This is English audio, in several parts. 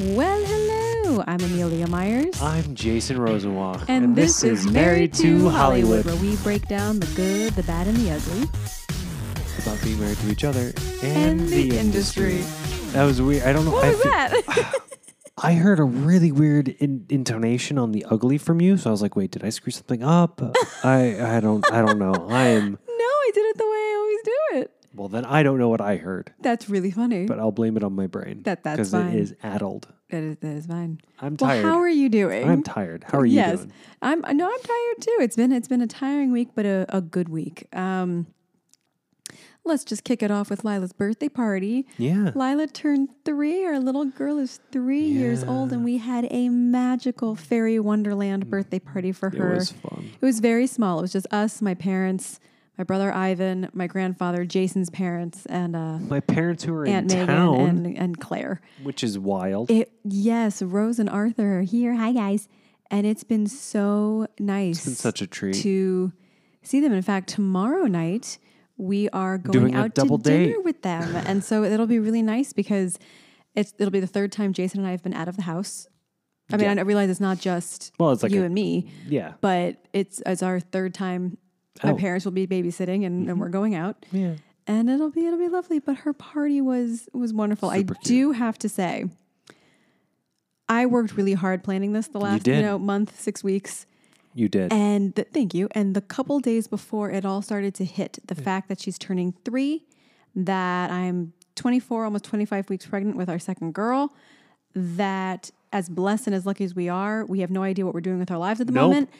Well, hello. I'm Amelia Myers. I'm Jason Rosenwald. and, this, is Married to Hollywood, where we break down the good, the bad, and the ugly. About being married to each other and, And the industry. That was weird. I don't know. What I Um, was fe- that? I heard a really weird in- intonation on the ugly from you, so I was like, "Wait, did I screw something up?" I I don't I don't know. I am no, I did it the way I always do it. well. Then I don't know what I heard, That's really funny. but I'll blame it on my brain. That- that's because fine. it is addled. that, is, that is fine. I'm Well, tired. how are you doing? I'm tired. How are you yes, doing? I'm. No, I'm tired too. It's been it's been a tiring week, but a, a good week. Um, let's just kick it off with Lila's birthday party. Yeah. Lila turned three. Our little girl is three years old, and we had a magical fairy wonderland birthday party for her. Hmm. It was fun. It was very small. It was just us, my parents, my brother Ivan, my grandfather, Jason's parents, and uh, My parents who are in Aunt Megan town, and, and Claire. which is wild. It yes, Rose and Arthur are here. Hi guys, and it's been so nice. it's been such a treat. to see them. In fact, tomorrow night we are going Doing a out double to dinner date. with them, and so it'll be really nice because it's it'll be the third time Jason and I have been out of the house. I mean, I realize it's not just Well, it's like you a- and me, yeah. but it's it's our third time. My Out. parents will be babysitting, and, and we're going out, Oh. Mm-hmm. Yeah. and it'll be it'll be lovely. But her party was was wonderful. I Super cute. do have to say, I worked really hard planning this the last you did. know month, six weeks. You did. And the, thank you. And the couple days before it all started to hit, the Mm. fact that she's turning three, that I'm 24, almost 25 weeks pregnant with our second girl, that as blessed and as lucky as we are, we have no idea what we're doing with our lives at the Nope. moment.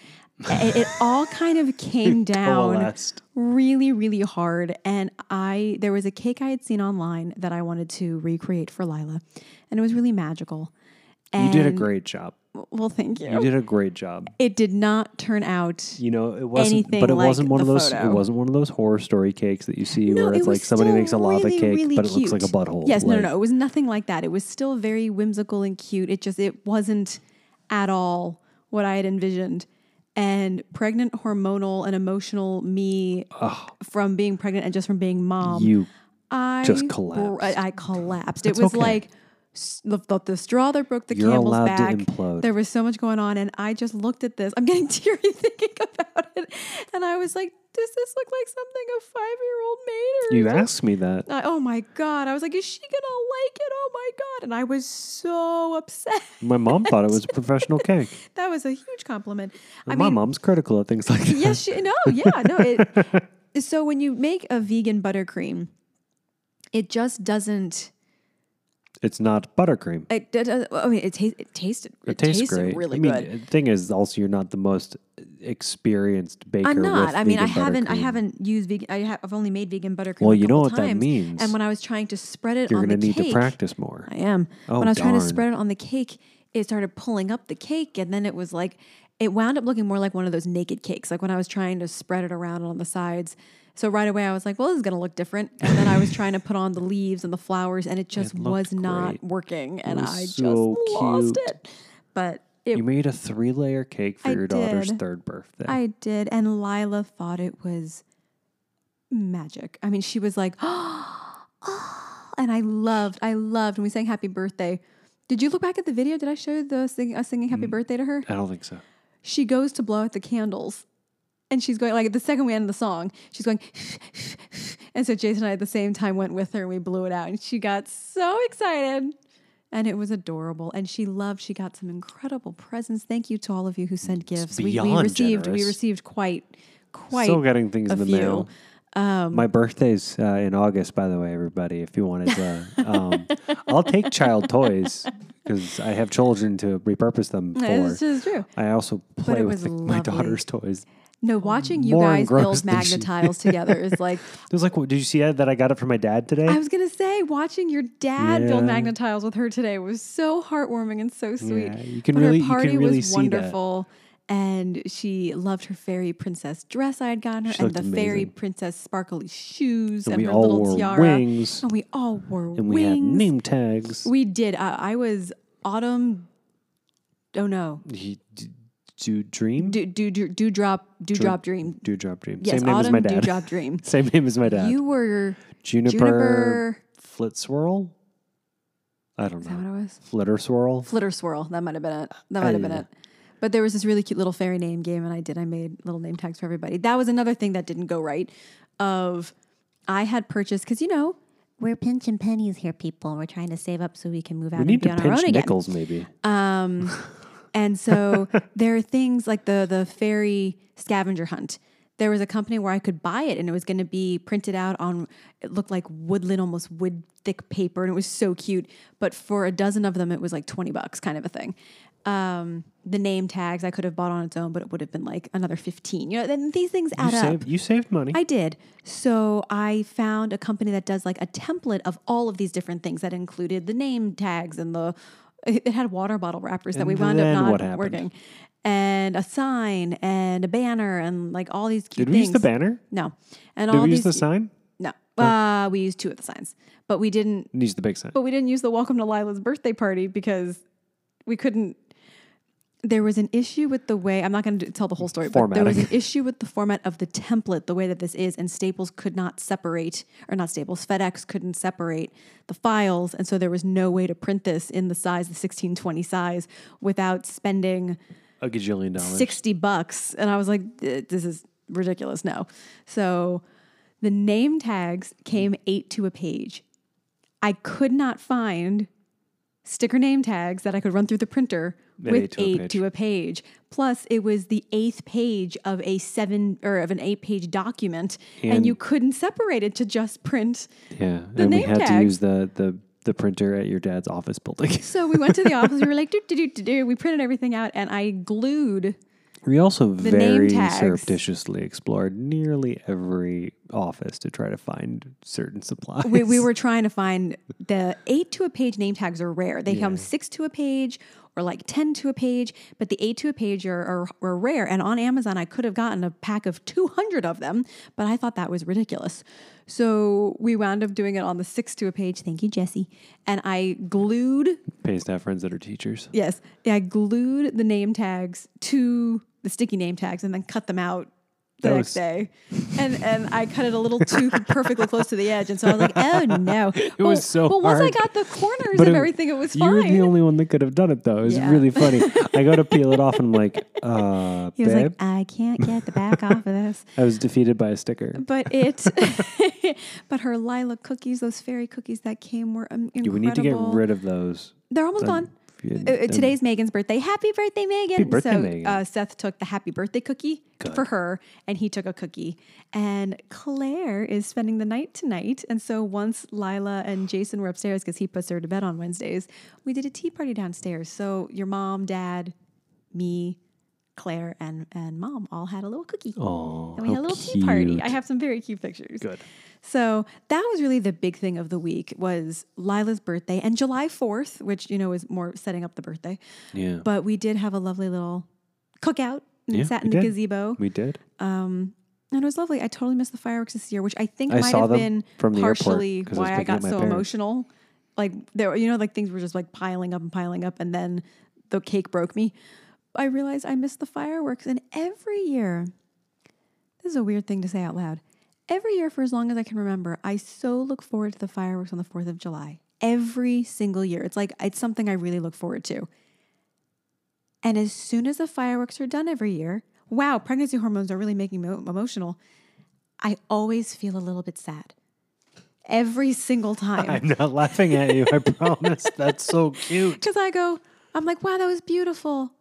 it, it all kind of came down Coalesced. really, really hard. And I there was a cake I had seen online that I wanted to recreate for Lila, and it was really magical. You did a And- great job. well, thank you. You did a great job. it did not turn out You know, it wasn't, Anything but it like wasn't one of the those. photo. It wasn't one of those horror story cakes that you see No, where it it's like was somebody still makes a lava really, cake, really but it looks like a cute. butthole. Yes, no, no, Like, no. It was nothing like that. It was still very whimsical and cute. It just it wasn't at all what I had envisioned. And pregnant, hormonal, and emotional me from being pregnant and just from being mom. You I just collapsed. I, I collapsed. It's it was okay. like s- the, the, the straw that broke the You're camel's allowed to back. implode. There was so much going on, and I just looked at this. I'm getting teary thinking about it, and I was like, "Does this look like something a five year old made?" Or you is asked me that. I, oh my god! I was like, "Is she gonna like it?" Oh my god! And I was so upset. My mom thought it was a professional cake. That was a huge compliment. I My mean, mom's critical of things like that. yes, she, no, yeah, no. It, so when you make a vegan buttercream, it just doesn't. It's not buttercream. It, it, does- I mean, it, ta- it tasted. It, It tastes tasted great. really I mean, good. The thing is, also, you're not the most experienced baker. I'm not. with I mean, I vegan haven't. I buttercream. haven't used vegan. I have, I've only made vegan buttercream. Well, a you know couple what that times, means. And when I was trying to spread it You're on the gonna need cake, to practice more. I am. Oh, when I was trying to darn. spread it on the cake, it started pulling up the cake, and then it was like it wound up looking more like one of those naked cakes. Like when I was trying to spread it around on the sides. So right away I was like, "Well, this is gonna look different." And then I was trying to put on the leaves and the flowers, and it just was looked not great. working, and was I just so lost cute. it. But it You made a three layer cake for I your daughter's did. third birthday. I did. And Lila thought it was magic. I mean, she was like, oh, and I loved, I loved when we sang happy birthday. Did you look back at the video? Did I show the sing, us singing happy birthday to her? I don't think so. She goes to blow out the candles and she's going, like, the second we end the song, she's going, and so Jason and I at the same time went with her and we blew it out. And she got so excited. And it was adorable. And she loved, she got some incredible presents. Thank you to all of you who sent gifts. We, we beyond received, we generous. received quite, quite Still getting things a in the few. um, mail. My birthday's uh, in August, by the way, everybody. If you wanted to, um, I'll take child toys because I have children to repurpose them for. This is true. I also it play was with the- my lovely. daughter's toys. No, watching you more guys build engrossed than she- magnetiles together is like, It was like, what, did you see that, that I got it from my dad today? I was going to say, watching your dad build Yeah. magnetiles with her today was so heartwarming and so sweet. Yeah, you can But really, her you party can really was see that. wonderful. And she loved her fairy princess dress I had gotten her, and looked the fairy amazing. princess sparkly shoes, and, we her all little wore tiara. wings. And we all wore And we had wings. name tags. We did. I, I was autumn. Oh no, He- d- do dream? do do do, do drop do drop dream. Do drop dream. Yes, Same name autumn as my dad. do drop dream. Same name as my dad. You were Juniper, juniper. Flit Swirl? I don't Is that know. what it was? Flitter swirl. Flitter Swirl. That might have been it. That might have been yeah. it. But there was this really cute little fairy name game, and I did. I made little name tags for everybody. That was another thing that didn't go right. Of I had purchased because you know we're pinching pennies here, people. We're trying to save up so we can move out We and need be to on our own pinch again. nickels, maybe. Um, and so there are things like the the fairy scavenger hunt. There was a company where I could buy it, and it was going to be printed out on. It looked like woodland, almost wood thick paper, and it was so cute. But for a dozen of them, it was like twenty bucks, kind of a thing. Um, the name tags I could have bought on its own, but it would have been like another fifteen. You know, then these things You add up. saved, you saved money. I did. So I found a company that does like a template of all of these different things that included the name tags and the it it had water bottle wrappers that we And wound then up not what happened? working. And a sign and a banner and like all these cute Did we things. use the banner? No. And Did all we use these the sign? No. Uh, we used two of the signs. But we didn't Use the big sign. but we didn't use the welcome to Lila's birthday party because we couldn't. There was an issue with the way I'm not going to tell the whole story, but there was an issue with the format of the template, the way that this is, and Staples could not separate, or not Staples, FedEx couldn't separate the files, and so there was no way to print this in the size, the 1620 size, without spending A gajillion dollars. 60 bucks. And I was like, "Th- this is ridiculous. No. So the name tags came Mm. eight to a page. I could not find sticker name tags that I could run through the printer At with eight eight, to a page. to a page. Plus, it was the eighth page of a seven or of an eight page document, and, And- you couldn't separate it to just print. Yeah, and we name had to tag. use the the the printer at your dad's office building. So we went to the office. We were like, do do do do do. We printed everything out, and I glued we also name very tags. surreptitiously explored nearly every office to try to find certain supplies. we, we were trying to find the eight to a page name tags are rare. They come six to a page or like 10 to a page, but the eight to a page are, are, are rare. And on Amazon, I could have gotten a pack of 200 of them, but I thought that was ridiculous. So we wound up doing it on the six to a page. Thank you, Jesse. And I glued pays to have friends that are teachers. Yes. Yeah, I glued the name tags to the sticky name tags and then cut them out the That next was- day. And and I cut it a little too perfectly close to the edge. And so I was like, oh no. It was so But once hard. I got the corners But of it- everything, it was You were fine. the only one that could have done it though. It was Yeah. really funny. I go to peel it off and I'm like, uh, he babe, was like, I can't get the back off of this. I was defeated by a sticker. But it, but her Lila cookies, those fairy cookies that came were um, incredible. Yeah, we need to get rid of those. They're almost gone. Yeah, Uh, uh, them- today's Megan's birthday. Happy birthday, Megan! birthday, so Megan. Uh, Seth took the happy birthday cookie for her, and he took a cookie. And Claire is spending the night tonight. And so once Lila and Jason were upstairs because he puts her to bed on Wednesdays, we did a tea party downstairs. So your mom, dad, me, Claire, and and mom all had a little cookie. Oh, And we had how a little tea party. cute. I have some very cute pictures. Good. So that was really the big thing of the week was Lila's birthday and July 4th, which, you know, is more setting up the birthday. Yeah, But we did have a lovely little cookout and Yeah, sat we in the did. gazebo. we did. And it was lovely. I totally missed the fireworks this year, which I think I might saw have them been from the airport partially 'cause I was why I picking up got my so parents. emotional. Like there, were- you know, like things were just like piling up and piling up, and then the cake broke me. I realized I missed the fireworks, and every year, this is a weird thing to say out loud. Every year, for as long as I can remember, I so look forward to the fireworks on the Fourth of July. Every single year, it's like it's something I really look forward to. And as soon as the fireworks are done every year, wow, pregnancy hormones are really making me emotional. I always feel a little bit sad. Every single time. I'm not laughing at you. I promise. That's so cute. Because I go, I'm like, wow, that was beautiful.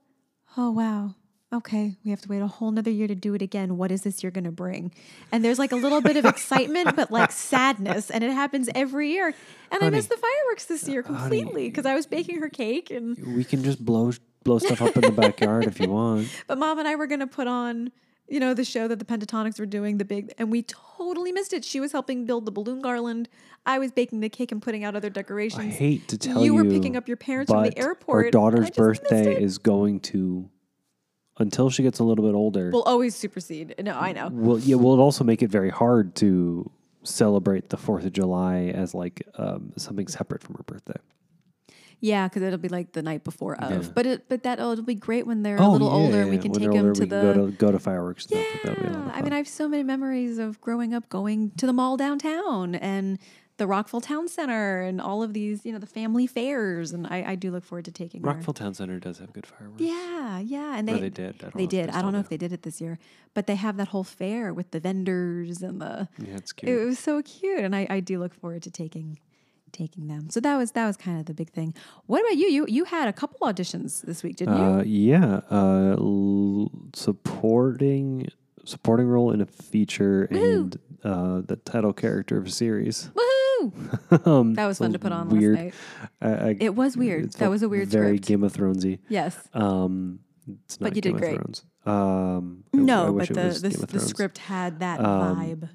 Oh, wow. Okay, we have to wait a whole nother year to do it again. What is this year going to bring? And there's like a little bit of excitement, but like sadness. And it happens every year. And I missed the fireworks this year completely because I was baking her cake. And We can just blow blow stuff up in the backyard if you want. But mom and I were going to put on, you know, the show that the Pentatonics were doing, the big, and we totally missed it. She was helping build the balloon garland. I was baking the cake and putting out other decorations. I hate to tell you, You were picking up your parents from the but airport, Her and I daughter's just missed birthday is going to until she gets a little bit older. Will always supersede. No, I know. Well, yeah, well, it also make it very hard to celebrate the Fourth of July as like um, something separate from her birthday. Yeah, because it'll be like the night before of. Yeah. Oh, But it, but that oh, it'll be great when they're a little older and we can When take they're older, them to we the. can go to go to fireworks. Yeah, stuff. That'll be a lot of yeah, I fun. mean, I have so many memories of growing up, going to the mall downtown and the Rockville Town Center and all of these, you know, the family fairs. And I, I do look forward to taking her. Rockville Town Center does have good fireworks. Yeah, yeah, and Or they they did. I don't know they if they did. I still don't know do. if they did it this year, but they have that whole fair with the vendors and the. Yeah, it's cute. It was so cute, and I, I do look forward to taking taking them. So that was that was kind of the big thing. What about you? You you had a couple auditions this week, didn't you? Uh, yeah, uh, l- supporting supporting role in a feature and uh, the title character of a series. Woohoo! um, That was fun to put on weird. last night. I, I, It was weird. it that felt was a weird very script. Game of Thronesy. yes. Um, it's not But you did Game great. of Thrones. Um, I- I No, wish but it the was the, Game of the Thrones. script had that Um, vibe.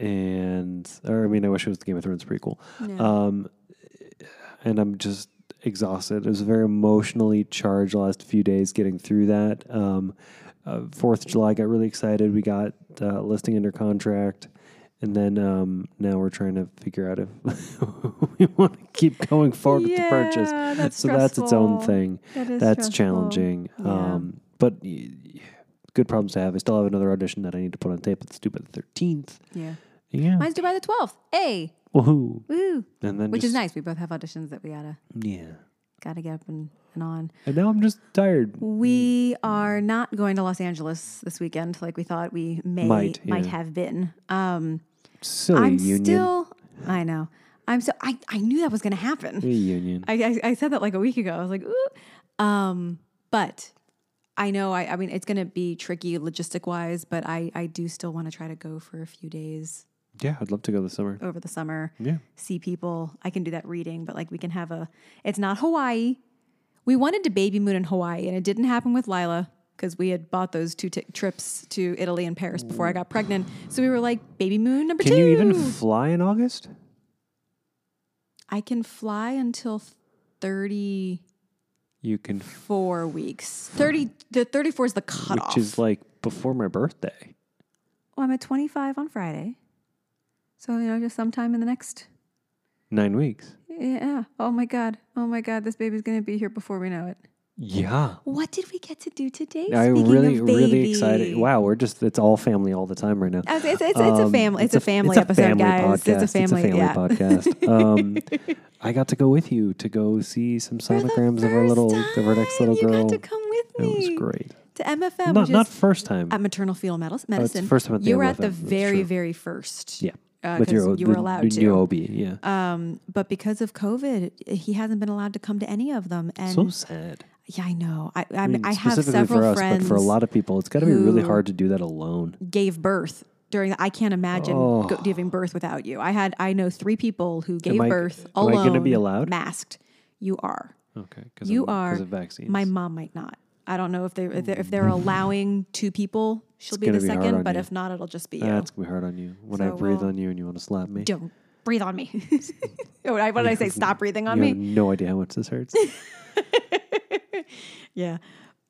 and or I mean, I wish it was the Game of Thrones prequel. Yeah. Um, and I'm just exhausted. It was a very emotionally charged last few days getting through that. Um, uh, Fourth of July got really excited. We got uh, listing under contract, and then um, now we're trying to figure out if we want to keep going forward with the purchase. Yeah, that's so that's its own stressful. thing. That is that's stressful. challenging. Yeah. Um, but. y- y- Good problems to have. I still have another audition that I need to put on tape. It's due by the 13th. Yeah. Yeah. Mine's due by the twelfth. Hey. Woohoo. Woo. And then Which just, is nice. We both have auditions that we gotta Yeah. gotta get up and, and on. And now I'm just tired. We are not going to Los Angeles this weekend like we thought we may Might, yeah. have been. Um Silly I'm union. still I know. I'm so I, I knew that was gonna happen. Hey, union. I, I, I said that like a week ago. I was like, ooh. Um, but I know, I, I mean, it's going to be tricky logistic wise, but I, I do still want to try to go for a few days yeah, I'd love to go this summer. over the summer, Yeah. see people. I can do that reading, but like we can have a, it's not Hawaii. We wanted to baby moon in Hawaii and it didn't happen with Lila because we had bought those two ti trips to Italy and Paris before I got pregnant. So we were like, baby moon number Can two. you even fly in August? I can fly until 30. You can, four weeks. Thirty. The thirty-four is the cutoff. which is like before my birthday. well, I'm at twenty-five on Friday, so you know, just sometime in the next. Nine weeks. Yeah. Oh my God. Oh my God. This baby's gonna be here before we know it. Yeah. What did we get to do today? I'm Speaking really, of really baby? excited. Wow, we're just, it's all family all the time right now. Uh, It's, it's, it's, it's a Um, family. It's, a family it's episode, family guys. Podcast. It's a family. yeah. podcast. Um, I got to go with you to go see some For the sonograms of our little, first of our next little time, girl. You got to come with That me. was great. To MFM, Not, which not is first time. at maternal fetal medis- medicine. first time at the you were at the MFM, that's very, true. very first. yeah. uh, with 'cause your, you were the allowed to. new OB. Yeah. Um, but because of COVID, he hasn't been allowed to come to any of them. And so sad. yeah, I know. I I, I mean, mean, I have Mm, specifically several for us, friends but for a lot of people, it's got to be really who- hard to do that alone. gave birth during. The, I can't imagine go, giving birth without you. I had I know three people who gave I- birth Oh. am I alone. gonna be allowed? Masked. You are. Okay, because You are of vaccines. Mm. My mom might not. I don't know if they if they're, if they're allowing two people, she'll be gonna the be hard on second. But you. if not, it'll just be you. That's Ah, gonna be hard on you when I So, breathe well, on you and you want to slap me. Don't breathe on me. Oh, I- what did I say? Stop breathing on you me. have no idea how much this hurts. Yeah.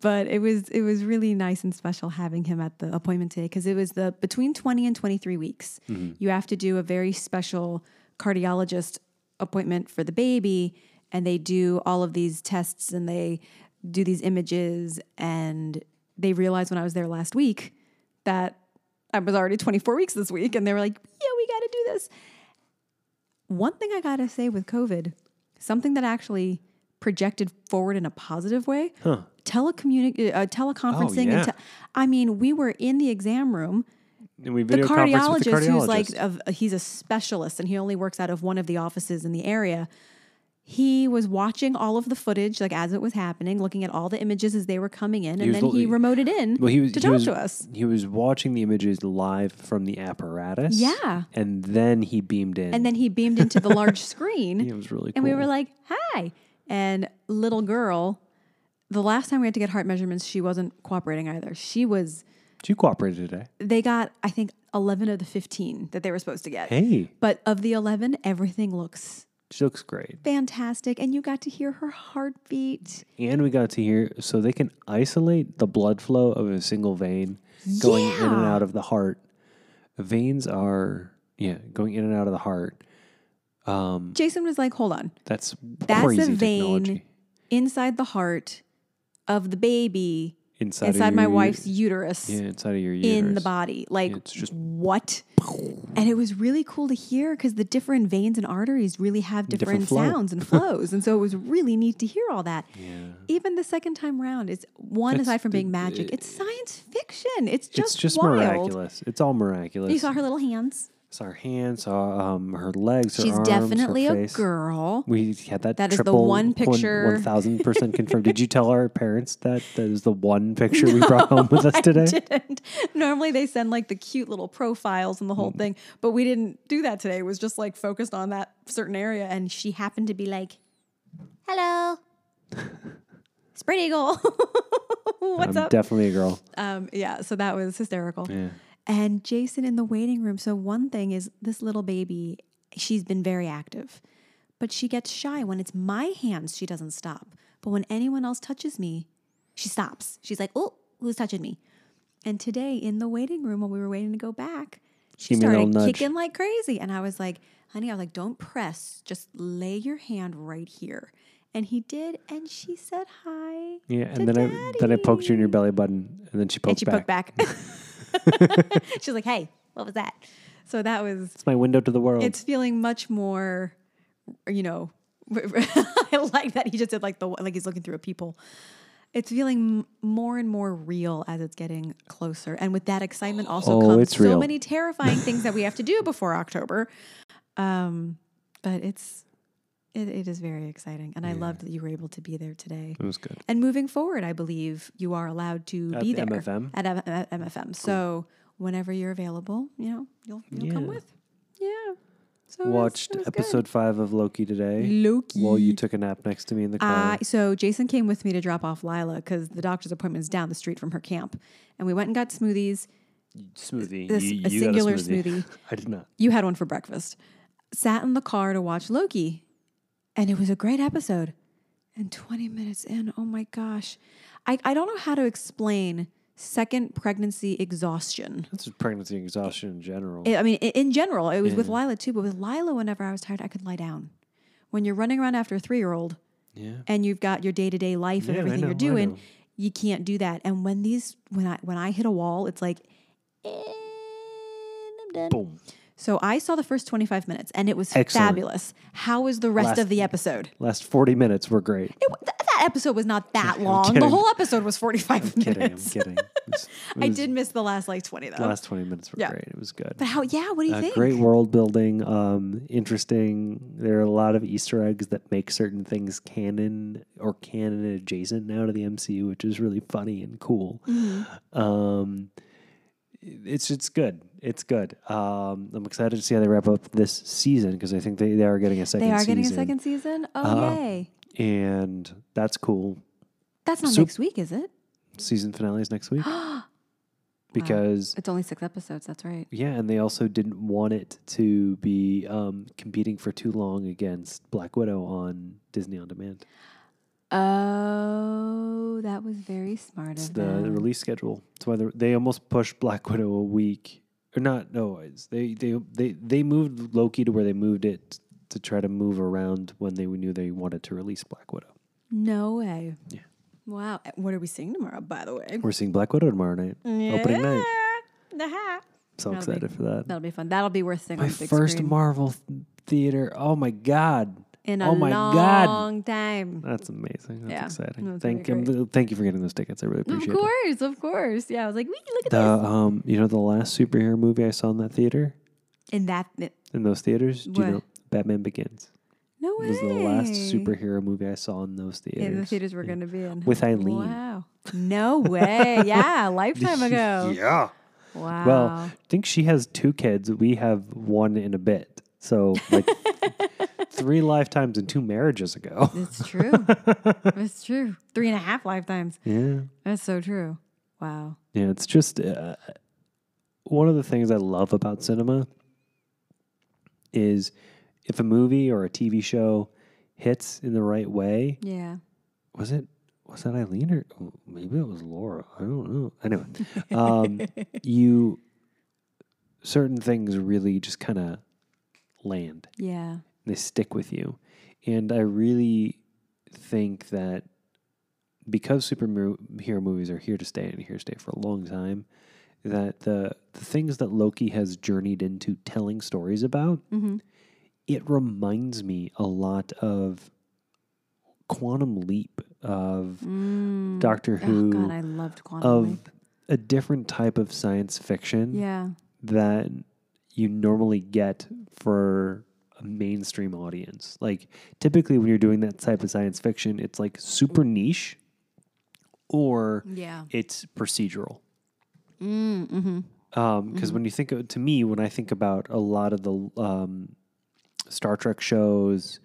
But it was it was really nice and special having him at the appointment today because it was the between 20 and 23 weeks. You have to do a very special cardiologist appointment for the baby and they do all of these tests and they do these images and they realized when I was there last week that I was already 24 weeks this week and they were like, "Yeah, we got to do this." One thing I gotta say with COVID, something that actually projected forward in a positive way, telecommuni- uh, teleconferencing. yeah. And te- I mean, we were in the exam room. and we The video conference cardiologist, with the cardiologist. who's like, uh, of, he's a specialist and he only works out of one of the offices in the area. He was watching all of the footage, like as it was happening, looking at all the images as they were coming in, and was then he lo- remoted in well, he was to he talk was- to us. He was watching the images live from the apparatus. Yeah. and then he beamed in. And then he beamed into the large screen. it was really cool. And we were like, hi. And little girl, the last time we had to get heart measurements, she wasn't cooperating either. She was, "Did you cooperate today?" they got, I think, 11 of the 15 that they were supposed to get. Hey, But of the 11, everything looks she looks great. fantastic. And you got to hear her heartbeat. And we got to hear so they can isolate the blood flow of a single vein going in and Yeah. out of the heart. Veins are yeah, going in and out of the heart. Um Jason was like, hold on. that's That's crazy a vein technology. inside the heart of the baby inside, of inside my your- wife's uterus yeah, inside of your uterus. in the body. Like, It's just- what? And it was really cool to hear because the different veins and arteries really have Different different, flow. sounds and flows. and so it was really neat to hear all that. Yeah. Even the second time round, it's one That's- aside from being it- magic, it- it's science fiction. It's just, It's just wild. miraculous. It's all miraculous. You saw her little hands. Saw her hands, saw um, her legs, her She's arms, definitely her a face. girl. We had that. That is the triple one picture. One thousand percent confirmed. Did you tell our parents that that is the one picture we brought home with us today? didn't. Normally they send like the cute little profiles and the Mm. whole thing, but we didn't do that today. It was just like focused on that certain area. And she happened to be like, hello, Spread Eagle. What's I'm up? definitely a girl. um, yeah, so that was hysterical. Yeah. And Jason in the waiting room. So, one thing is this little baby, she's been very active, but she gets shy. When it's my hands, she doesn't stop. But when anyone else touches me, she stops. She's like, oh, who's touching me? And today in the waiting room, when we were waiting to go back, she Give me a little started nudge. kicking like crazy. And I was like, honey, I was like, don't press, just lay your hand right here. And he did, and she said hi. Yeah, to and then I then I poked you in your belly button, and then she poked and she back. poked back. She's like, "Hey, what was that?" So that was. It's my window to the world. It's feeling much more, you know. I like that he just did like the like he's looking through a peephole. It's feeling m- more and more real as it's getting closer, and with that excitement also Oh, comes it's so real. many terrifying things that we have to do before October. Um, but it's it, it is very exciting, and I loved that you were able to be there today. it was good. And moving forward, I believe you are allowed to At be the there MFM? at, M- at MFM. So whenever you're available, you know you'll you'll come Yeah. with. Yeah. So it was- Watched it was good. episode five of Loki today. Loki. While you took a nap next to me in the car. I- Uh, so Jason came with me to drop off Lila because the doctor's appointment is down the street from her camp, and we went and got smoothies. smoothie. this- you, a you got singular a smoothie. I did not. You had one for breakfast. Sat in the car to watch Loki, and it was a great episode. And 20 minutes in, oh my gosh. I, I don't know how to explain second pregnancy exhaustion. That's just pregnancy and exhaustion in general. I I mean, i- in general, it was with Mm. Lila too, but with Lila, whenever I was tired, I could lie down. When you're running around after a three year old yeah. and you've got your day to day life and Yeah, I everything know, I you're know. doing, you can't do that. And when these, when I when I hit a wall, it's like, and I'm done. Boom. So I saw the first 25 minutes and it was Excellent. fabulous. How was the rest Last- of the episode? Last forty minutes were great. It, wa- th- that episode was not that long. The kidding. whole episode was 45 kidding. I'm minutes. kidding. It was- it I was- did miss the last like 20 though. The last twenty minutes were Yeah. great. It was good. but how, yeah, what do you Uh, think? great world building, um, interesting. There are a lot of Easter eggs that make certain things canon or canon adjacent now to the MCU, which is really funny and cool. Mm-hmm. Um, it's it's good. It's good. Um, I'm excited to see how they wrap up this season because I think they, they are getting a second. They are getting season, a second season. Oh, Uh, yay. and that's cool. That's not so- next week, is it? Season finale is next week because It's only six episodes. That's right. Yeah, and they also didn't want it to be um, competing for too long against Black Widow on Disney On Demand. Oh, that was very smart It's of the, the them. release schedule. That's why they're- they almost pushed Black Widow a week, or not? No, it's, they they they they moved Loki to where they moved it to try to move around when they knew they wanted to release Black Widow. no way. Yeah. Wow. Eh, What are we seeing tomorrow, by the way? We're seeing Black Widow tomorrow night, opening night. The hat. That'll So be- excited for that. That'll be fun. That'll be worth seeing My on the big first screen Marvel th- theater. Oh my god! in a oh my god! long time. That's amazing. That's Yeah. exciting. No, it's thank really you. Thank you for getting those tickets. I really Of appreciate it. course, of course. Yeah, I was like, "Wee, look at The um, you know, the last superhero movie I saw in that theater, this. In that, in those theaters, do you What? know Batman Begins no way. was the last superhero movie I saw in those theaters. in the theaters we're going to be in With Eileen. Wow, no way. Yeah, a lifetime ago. yeah. Wow. Well, I think she has two kids. We have one in a bit. So like three lifetimes and two marriages ago. it's true. it's true. Three and a half lifetimes. yeah. That's so true. Wow. Yeah, it's just uh, one of the things I love about cinema is if a movie or a TV show hits in the right way. Yeah. Was it was that Eileen or oh, maybe it was Laura? I don't know. Anyway, um, you certain things really just kind of land Yeah. they stick with you. And I really think that because superhero movies are here to stay and here to stay for a long time, that the the things that Loki has journeyed into telling stories about, Mm-hmm. it reminds me a lot of Quantum Leap of Doctor Oh Who God, I loved Quantum of Leap. a different type of science fiction Yeah, that you normally get for a mainstream audience. Like typically when you're doing that type of science fiction, it's like super niche or yeah, it's procedural. Mm-hmm. Because when you think of, to me, when I think about a lot of the um, Star Trek shows,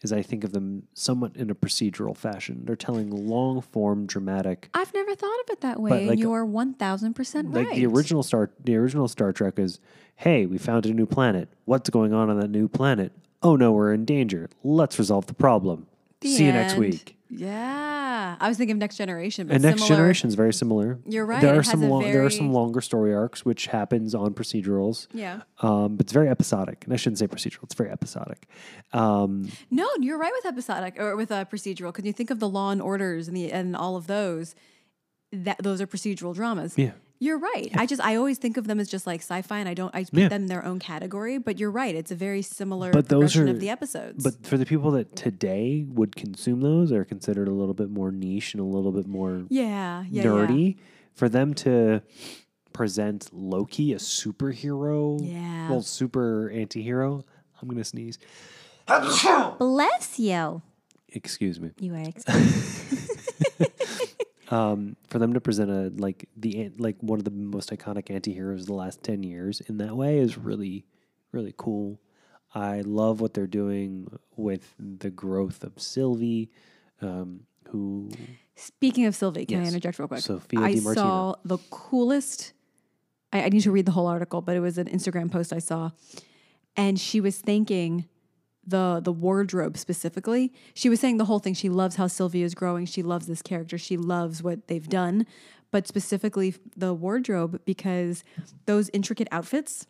is I think of them somewhat in a procedural fashion. They're telling long form dramatic I've never thought of it that way. like- and you're one thousand percent right. like the original Star the original Star Trek is, hey, we found a new planet. What's going on on that new planet? Oh no, we're in danger. Let's resolve the problem. The See you next end. week. Yeah, I was thinking of Next Generation, but And Next similar. Generation is very similar. You're right, There it are has some a long, there are very- some longer story arcs which happens on procedurals. Yeah. Um, but it's very episodic, and I shouldn't say procedural. It's very episodic. Um, No, you're right with episodic or with uh, procedural because you think of the Law and Orders and the and all of those. That those are procedural dramas. Yeah. You're right. I just I always think of them as just like sci-fi, and I don't I put Yeah. them in their own category. But you're right; it's a very similar But those progression are- of the episodes. but for the people that today would consume those, are considered a little bit more niche and a little bit more yeah, yeah, nerdy for them to present Loki a superhero, Yeah. well, super anti-hero. I'm gonna sneeze. Yeah. Bless you. Excuse me. You eggs. Um, for them to present a like the an- like one of the most iconic anti-heroes of the last ten years in that way is really, really cool. I love what they're doing with the growth of Sylvie, um, who Speaking of Sylvie, can I Yes. interject real quick? Sophia I DiMartino. saw the coolest. I, I need to read the whole article, but it was an Instagram post I saw, and she was thanking the the wardrobe specifically. She was saying the whole thing. She loves how Sylvia is growing. She loves this character. She loves what they've done, but specifically the wardrobe because those intricate outfits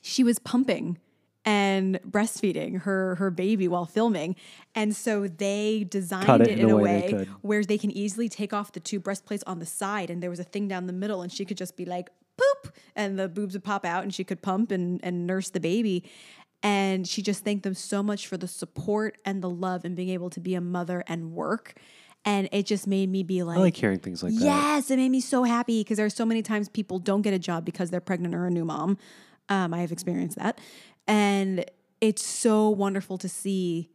she was pumping and breastfeeding her her baby while filming and so they designed it it, in in a a way they way, could. where they can easily take off the two breastplates on the side and there was a thing down the middle and she could just be like poop and the boobs would pop out and she could pump and and nurse the baby and she just thanked them so much for the support and the love and being able to be a mother and work and it just made me be I like hearing things like that. Yes, it made me so happy because there are so many times people don't get a job because they're pregnant or a new mom. Um, I have experienced that, and it's so wonderful to see.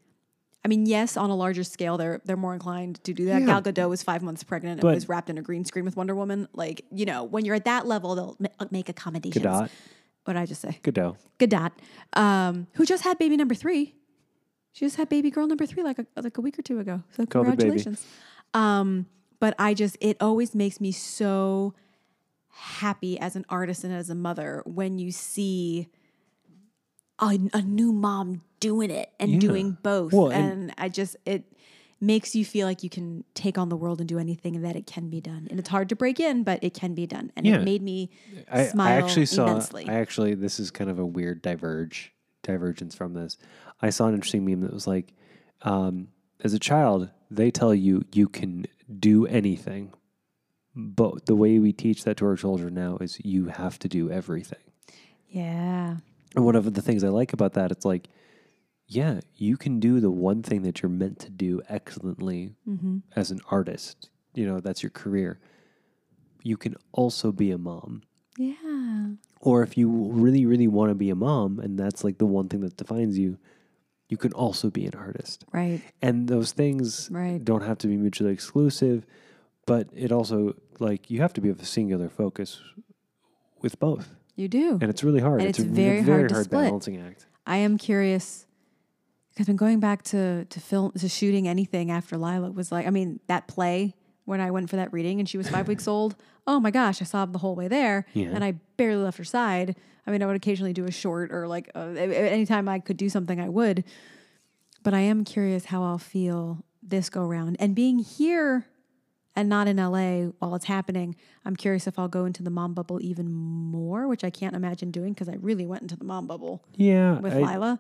I mean, yes, on a larger scale, they're they're more inclined to do that. Yeah. Gal Gadot was five months pregnant and But- was wrapped in a green screen with Wonder Woman. Like you know, when you're at that level, they'll ma- make accommodations. Godot, What did I just say? Godot. Gadot, um, who just had baby number three. She just had baby girl number three like a, like a week or two ago. So baby. congratulations. Um, but I just it always makes me so happy as an artist and as a mother when you see a, a new mom doing it and Yeah. doing both. Well, and- and, I just it makes you feel like you can take on the world and do anything and that it can be done. And it's hard to break in, but it can be done. And Yeah. it made me I, smile I actually saw. immensely. I actually, this is kind of a weird diverge divergence from this. I saw an interesting meme that was like, um, as a child, they tell you you can do anything, but the way we teach that to our children now is you have to do everything. yeah. And one of the things I like about that, it's like, yeah, you can do the one thing that you're meant to do excellently Mm-hmm. as an artist. You know, that's your career. You can also be a mom Yeah. or if you really really want to be a mom and that's like the one thing that defines you you can also be an artist Right. and those things Right. don't have to be mutually exclusive but it also like you have to be of a singular focus with both You do. and it's really hard And it's a very very hard to split. balancing act I am curious because I'm going back to to film to shooting anything after Lila was like, I mean, that play when I went for that reading and she was five weeks old. Oh my gosh, I sobbed the whole way there, Yeah. and I barely left her side. I mean, I would occasionally do a short or like uh, a- a- anytime I could do something, I would. But I am curious how I'll feel this go round and being here and not in LA while it's happening. I'm curious if I'll go into the mom bubble even more, which I can't imagine doing because I really went into the mom bubble yeah with I- Lila.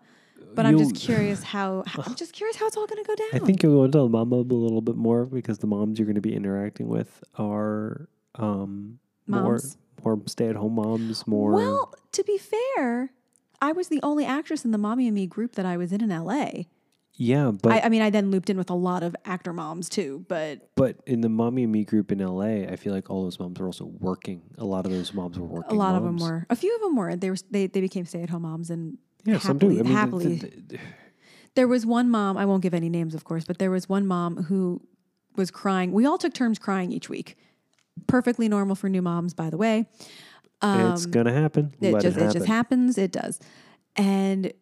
But I'm just You'll- curious how I'm just curious how it's all going to go I down. think you'll go into the mom mob a little bit more because the moms you're going to be interacting with are um, Moms. more more stay at home moms, more Well, to be fair, I was the only actress in the Mommy and Me group that I was in in LA. yeah. But I, I mean, I then looped in with a lot of actor moms too, but but in the mommy and me group in L.A., I feel like all those moms were also working. A lot of those moms were working. a lot of them moms. were. A few of them were. They were they, they became stay at home moms, and Yeah, some do. happily, I mean, happily th- th- th- There was one mom, I won't give any names, of course, but there was one mom who was crying. We all took turns crying each week. Perfectly normal for new moms, by the way. it's gonna happen. um, It Let just it it, happen. just happens. It does. And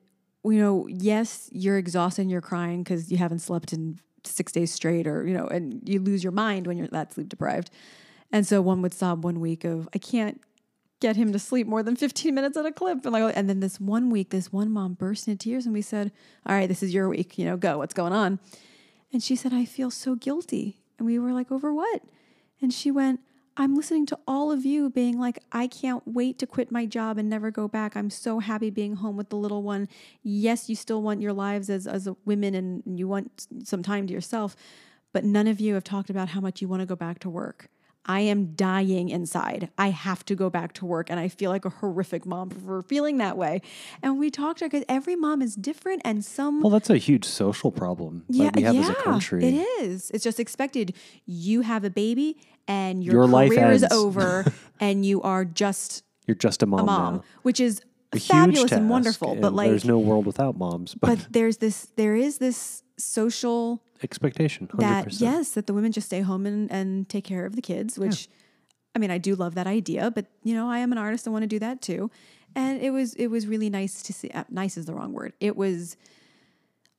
you know, yes, you're exhausted and you're crying because you haven't slept in six days straight, or you know, and you lose your mind when you're that sleep deprived. And so one would sob one week of I can't get him to sleep more than 15 minutes at a clip. And like and then this one week, this one mom burst into tears and we said, All right, this is your week, you know, go, what's going on? And she said, I feel so guilty. And we were like, over what? And she went, I'm listening to all of you being like, I can't wait to quit my job and never go back. I'm so happy being home with the little one. Yes, you still want your lives as, as women and you want some time to yourself, but none of you have talked about how much you want to go back to work. I am dying inside. I have to go back to work. And I feel like a horrific mom for feeling that way. And we talked to her because every mom is different and some Well, that's a huge social problem that we have as a country. it is. It's just expected. You have a baby and your, Your life career is ends. over and you are just You're just a mom, a mom, now. which is A huge fabulous and task, wonderful. but and like there's no world without moms. But, but there's this there is this social expectation, hundred that percent. yes, that the women just stay home and, and take care of the kids, which I mean, I do love that idea, but you know, I am an artist. I want to do that too. And it was it was really nice to see. Uh, nice is the wrong word. It was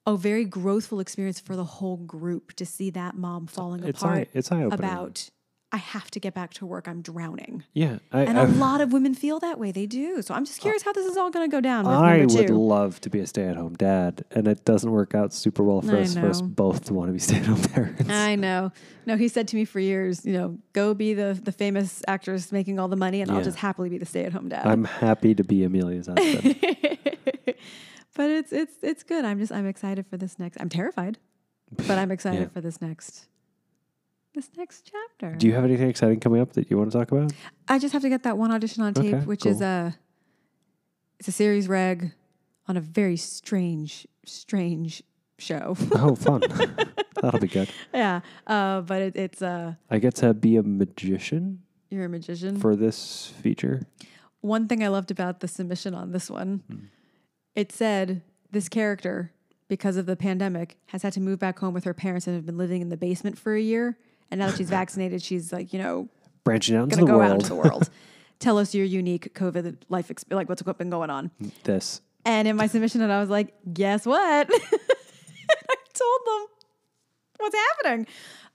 a very growthful experience for the whole group to see that mom falling It's apart eye, it's eye opening. about I have to get back to work. I'm drowning. yeah, I, And I- a lot of women feel that way. They do. So I'm just curious how this is all going to go down. With Uh, I number would two. love to be a stay-at-home dad, and it doesn't work out super well for I us. For us know. Uh, both to want to be stay-at-home parents. I know. No, he said to me for years, you know, go be the the famous actress making all the money, and I'll Yeah. just happily be the stay at home dad. I'm happy to be Amelia's husband. but it's it's it's good. I'm just I'm excited for this next. I'm terrified, but I'm excited Yeah. for this next this next chapter. Do you have anything exciting coming up that you want to talk about? I just have to get that one audition on tape, Okay, which is cool. a it's a series reg on a very strange strange show. Oh, fun. That'll be good. yeah, uh, but it, it's uh, I get to be a magician you're a magician. for this feature. one thing I loved about the submission on this one, Hmm. it said this character, because of the pandemic, has had to move back home with her parents and have been living in the basement for a year. And now that she's vaccinated, she's like, you know, Branching out into gonna the go world. out into the world. Tell us your unique COVID life, exp- like what's been going on. this. And in my submission, and I was like, guess what? I told them what's happening.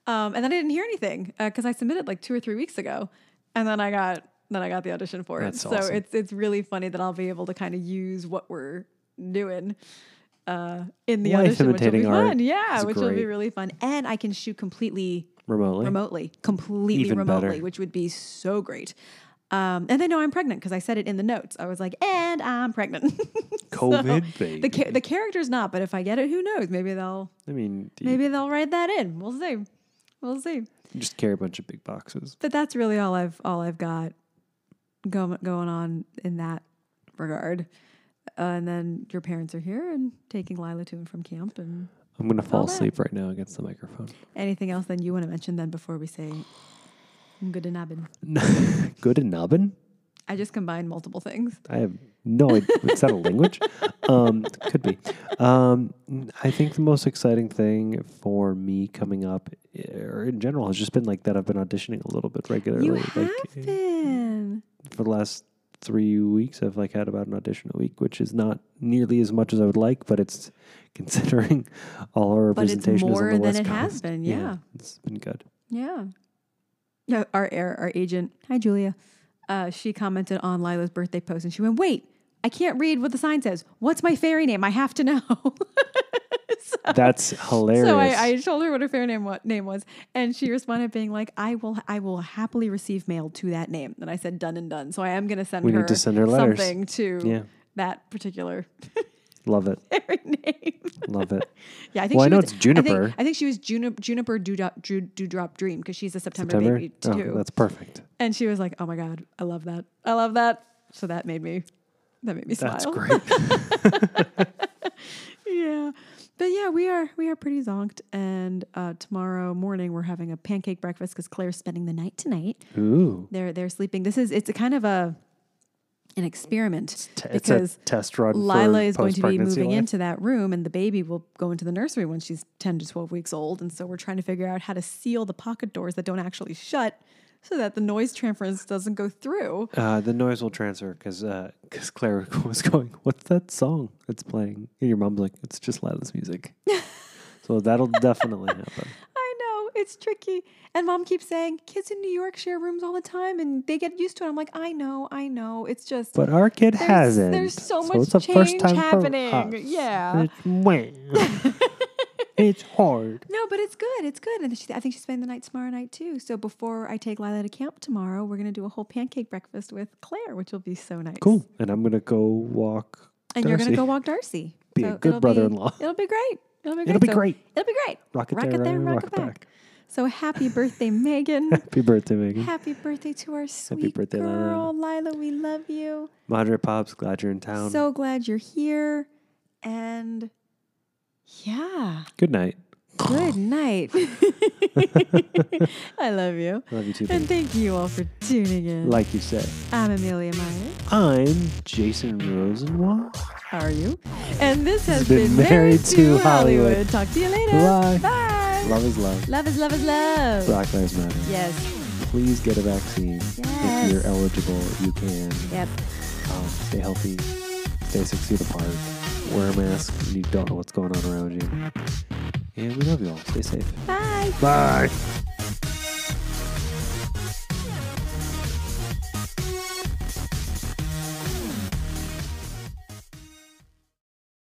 Um, and then I didn't hear anything because I submitted like two or three weeks ago, and then I got then I got the audition for That's it. So awesome. it's it's really funny that I'll be able to kind of use what we're doing uh, in the Life audition, which will be imitating art fun. Yeah, is which will be great. really fun, and I can shoot completely Remotely. remotely, completely Even better. remotely, which would be so great. Um, and they know I'm pregnant because I said it in the notes. I was like, and I'm pregnant. COVID baby. the ca- the character's not, but if I get it, who knows? Maybe they'll I mean, you maybe they'll write that in. We'll see. We'll see. just carry a bunch of big boxes. But that's really all I've all I've got go, going on in that regard. Uh, and then your parents are here and taking Lila to and from camp and I'm going to fall that. asleep right now against the microphone. anything else then you want to mention then before we say good and nubbin. Good and nubbin? I just combined multiple things. I have no idea. Is that a language? Um, could be. Um, I think the most exciting thing for me coming up, eh, or in general, has just been like that I've been auditioning a little bit regularly. You like, have eh, been. for the last three weeks i've like had about an audition a week which is not nearly as much as i would like but it's considering all our But it's representation is on more the than West it has Coast. been, yeah. it's been good Yeah. No, our air, our agent. Hi, Julia. Uh, she commented on Lila's birthday post, and she went, "Wait, I can't read what the sign says. What's my fairy name? I have to know." so that's hilarious so I, I told her what her fairy name wa- name was, and she responded, being like, "I will, I will happily receive mail to that name." And I said, "Done and done." So I am going to send We her need to send her letters. something to Yeah. that particular Love it. Every name. Love it. Yeah, I think Well, I she know was, it's Juniper. I think, I think she was Juniper, Juniper Dewdrop, Drew, Dewdrop Dream because she's a September, September. baby Oh, too. that's perfect. and she was like, "Oh my god, I love that. I love that." So that made me that made me smile. That's great. Yeah. But yeah, we are we are pretty zonked and uh, tomorrow morning we're having a pancake breakfast cuz Claire's spending the night tonight. Ooh. They're they're sleeping. This is it's a kind of a an experiment T- it's a because test run. Lila for is going to be post-pregnancy moving life. into that room, and the baby will go into the nursery when she's 10 to 12 weeks old. And so we're trying to figure out how to seal the pocket doors that don't actually shut so that the noise transference doesn't go through. Uh, the noise will transfer because Claire was going, "What's that song that's playing?" And your mom's like, "It's just Lila's music." so that'll definitely happen. I know, it's tricky. And mom keeps saying, kids in New York share rooms all the time and they get used to it. I'm like, I know, I know. It's just. But our kid There's- hasn't. there's so much it's a first change time for happening. us. Yeah. It's, wah. it's hard. no, but it's good. It's good. And she, I think she's spending the night tomorrow night too. So before I take Lila to camp tomorrow, we're going to do a whole pancake breakfast with Claire, which will be so nice. Cool. And I'm gonna go walk. And you're going to Darcy. go walk Darcy. Be a good it'll brother-in-law. It'll be great. It'll be great. It'll be So- great. It'll be great. Rock it rock there, it there, and rock it back. So happy birthday, Megan. Happy birthday, Megan. happy birthday to our sweet birthday, Lila. girl, Lila. We love you. Madre Pops, glad you're in town. So glad you're here. And yeah, good night. good night. I love you. Love you too. And babe. thank you all for tuning in. Like you said, I'm Amelia Myers. I'm Jason Rosenwald. How are you? And this has been been, Married, Married to, to Hollywood. Hollywood. Talk to you later. Bye. Bye. Love is love. Love is love is love. Black Lives Matter. Yes. Please get a vaccine. If Yes. you're eligible, you can. Yep. Um, stay healthy. Stay six feet apart. Wear a mask when you don't know what's going on around you. And we love you all. Stay safe. Bye. Bye.